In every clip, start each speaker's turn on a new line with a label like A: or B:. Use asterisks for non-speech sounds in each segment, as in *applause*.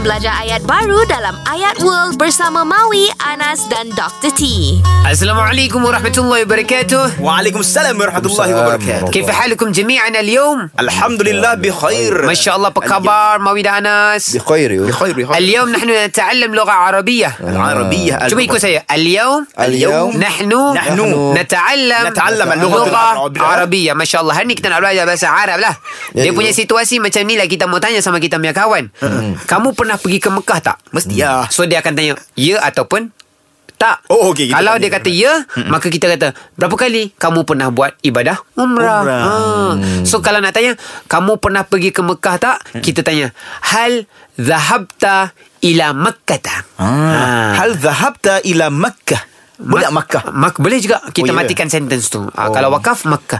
A: belajar ayat baru dalam Ayat World bersama Maui, Anas dan Dr. T.
B: Assalamualaikum ورحمة الله وبركاته
C: وعليكم السلام ورحمة الله وبركاته
B: كيف حالكم جميعا اليوم؟
C: الحمد لله بخير
B: ما شاء الله بكبار ماوي أنس
D: بخير يو
C: بخير بخير
B: اليوم نحن نتعلم لغة عربية
C: العربية
B: شو بيكون سيء اليوم
D: اليوم
B: نحن
C: نحن
B: نتعلم
C: نتعلم اللغة
B: لغة
C: العربية.
B: عربية ما شاء الله hari ni kita nak belajar bahasa Arab lah
D: Ya,
B: dia
D: ya.
B: punya situasi macam ni lah kita mau tanya sama kita punya kawan kamu pernah pergi ke Mekah tak? Mm.
C: Mesti ya
B: so dia akan tanya ya ataupun tak
C: Oh, okey, kita
B: kalau
C: tanya.
B: dia kata ya maka kita kata berapa kali kamu pernah buat ibadah umrah,
C: Umrah. Hmm.
B: Ha. so kalau nak tanya kamu pernah pergi ke Mekah tak kita tanya hal zahabta ila Makkah Ha.
C: Ah. Hal zahabta ila Makkah Boleh tak Makkah?
B: Mak, boleh juga kita
C: Oh, ya?
B: matikan sentence tu. Ah, Kalau wakaf Makkah.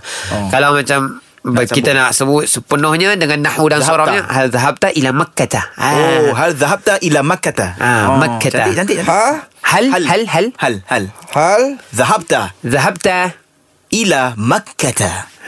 B: Kalau macam ba- kita nak sebut sepenuhnya dengan nahwu dan
C: Zahabta.
B: sorafnya hal zahabta ila Makkah.
C: Oh,
B: Ah.
C: hal zahabta ila Makkah
B: Ah, Makkah.
C: Cantik, cantik
D: Ha?
B: Hal hal hal
C: Hal, hal
D: Hal
C: Zahabta
B: zahabta
C: ila Makkah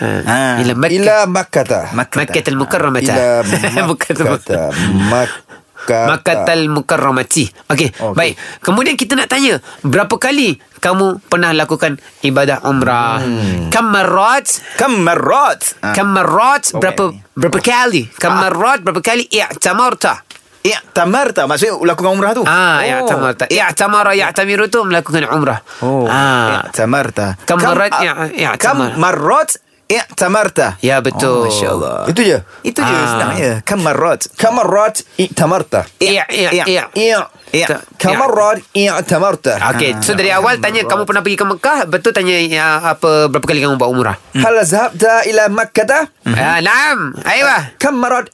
C: آه.
B: ah. ila Makkah.
D: ila makata.
B: Makkah al-Mukarramah.
D: Ila
B: *laughs* Bukan
D: makata.
B: Makkah.
D: Makata.
B: Makatal Mukarramati. Okey, okay.
D: Okey.
B: baik. Kemudian kita nak tanya, berapa kali kamu pernah lakukan ibadah umrah? Hmm. Kam marrat?
C: Kam marat
B: Kam marrat berapa berapa kali? Kam marrat berapa kali i'tamarta?
C: I'tamarta Maksudnya lakukan umrah tu
B: Ah,
C: آه،
B: i'tamarta. I'tamara i'tamiru tu melakukan umrah.
C: Oh
B: Ah.
C: I'tamarta
B: Kam marat
C: ah,
B: i'tamar.
C: Kam marat I'tamarta
B: Ya betul.
C: Oh, Masya Allah
D: Itu je.
C: Itu je
B: Ah.
C: senang je Kam marat
D: Kamarat i'tamarta.
B: Ya ya ya.
D: Iya.
C: Iya.
D: Kamarat i'tamarta.
B: Okey, so dari awal tanya kamu pernah pergi ke Mekah, betul tanya ya, apa berapa kali kamu buat umrah?
D: Hal zahabta ila makata?
C: Mhm.
B: Ah, naam. Aywa.
D: Kamarat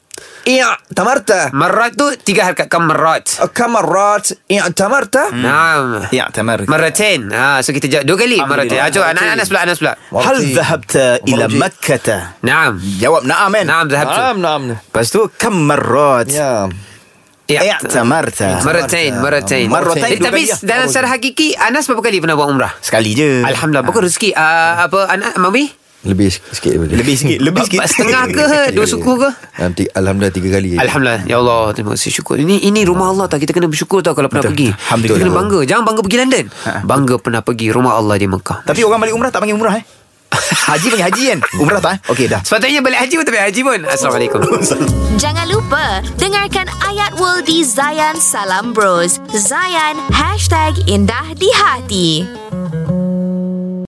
D: i'tamarta.
B: Marat tu tiga harakat kan marat.
D: Kamarat i'tamarta?
C: Hmm. نعم.
B: Naam.
C: Ya. I'tamarta
B: Maratain. Ah, so kita jawab dua kali maratain. Ah, cuba anak anak sebelah anak sebelah.
C: هل
D: مرتين.
C: ذهبت إلى
D: مرتين.
C: مكة؟
B: Naam.
C: جواب نعم من؟
B: نعم، ذهبت. نعم،
C: نعم بس تو كم مرات
D: Ya.
C: اعتمرت
B: Maratain, maratain.
C: Maratain
B: Eh, Tapi
C: dua kali. ya.
B: dalam secara hakiki Anas berapa kali pernah buat umrah?
C: sekali je
B: Alhamdulillah. Bukan rezeki ah, apa anak mami?
D: Lebih sikit daripada.
C: lebih sikit lebih sikit
B: Setengah ke
D: *laughs*
B: dua suku ke?
D: Dalam tiga- Alhamdulillah tiga kali.
B: Alhamdulillah. Ya Allah, terima kasih syukur. Ini ini rumah Allah tau. Kita kena bersyukur tau kalau pernah pergi. Kita
C: Alhamdulillah.
B: kena bangga. Jangan bangga pergi London. Bangga pernah pergi rumah Allah di Mekah.
C: tapi orang balik umrah tak panggil umrah eh haji panggil haji kan umrah tak eh okey dah
B: Sepatutnya balik haji pun tak balik haji pun. Assalamualaikum.
A: Jangan lupa dengarkan Ayat World di Zayan Salam Bros. Zayan #IndahDiHati.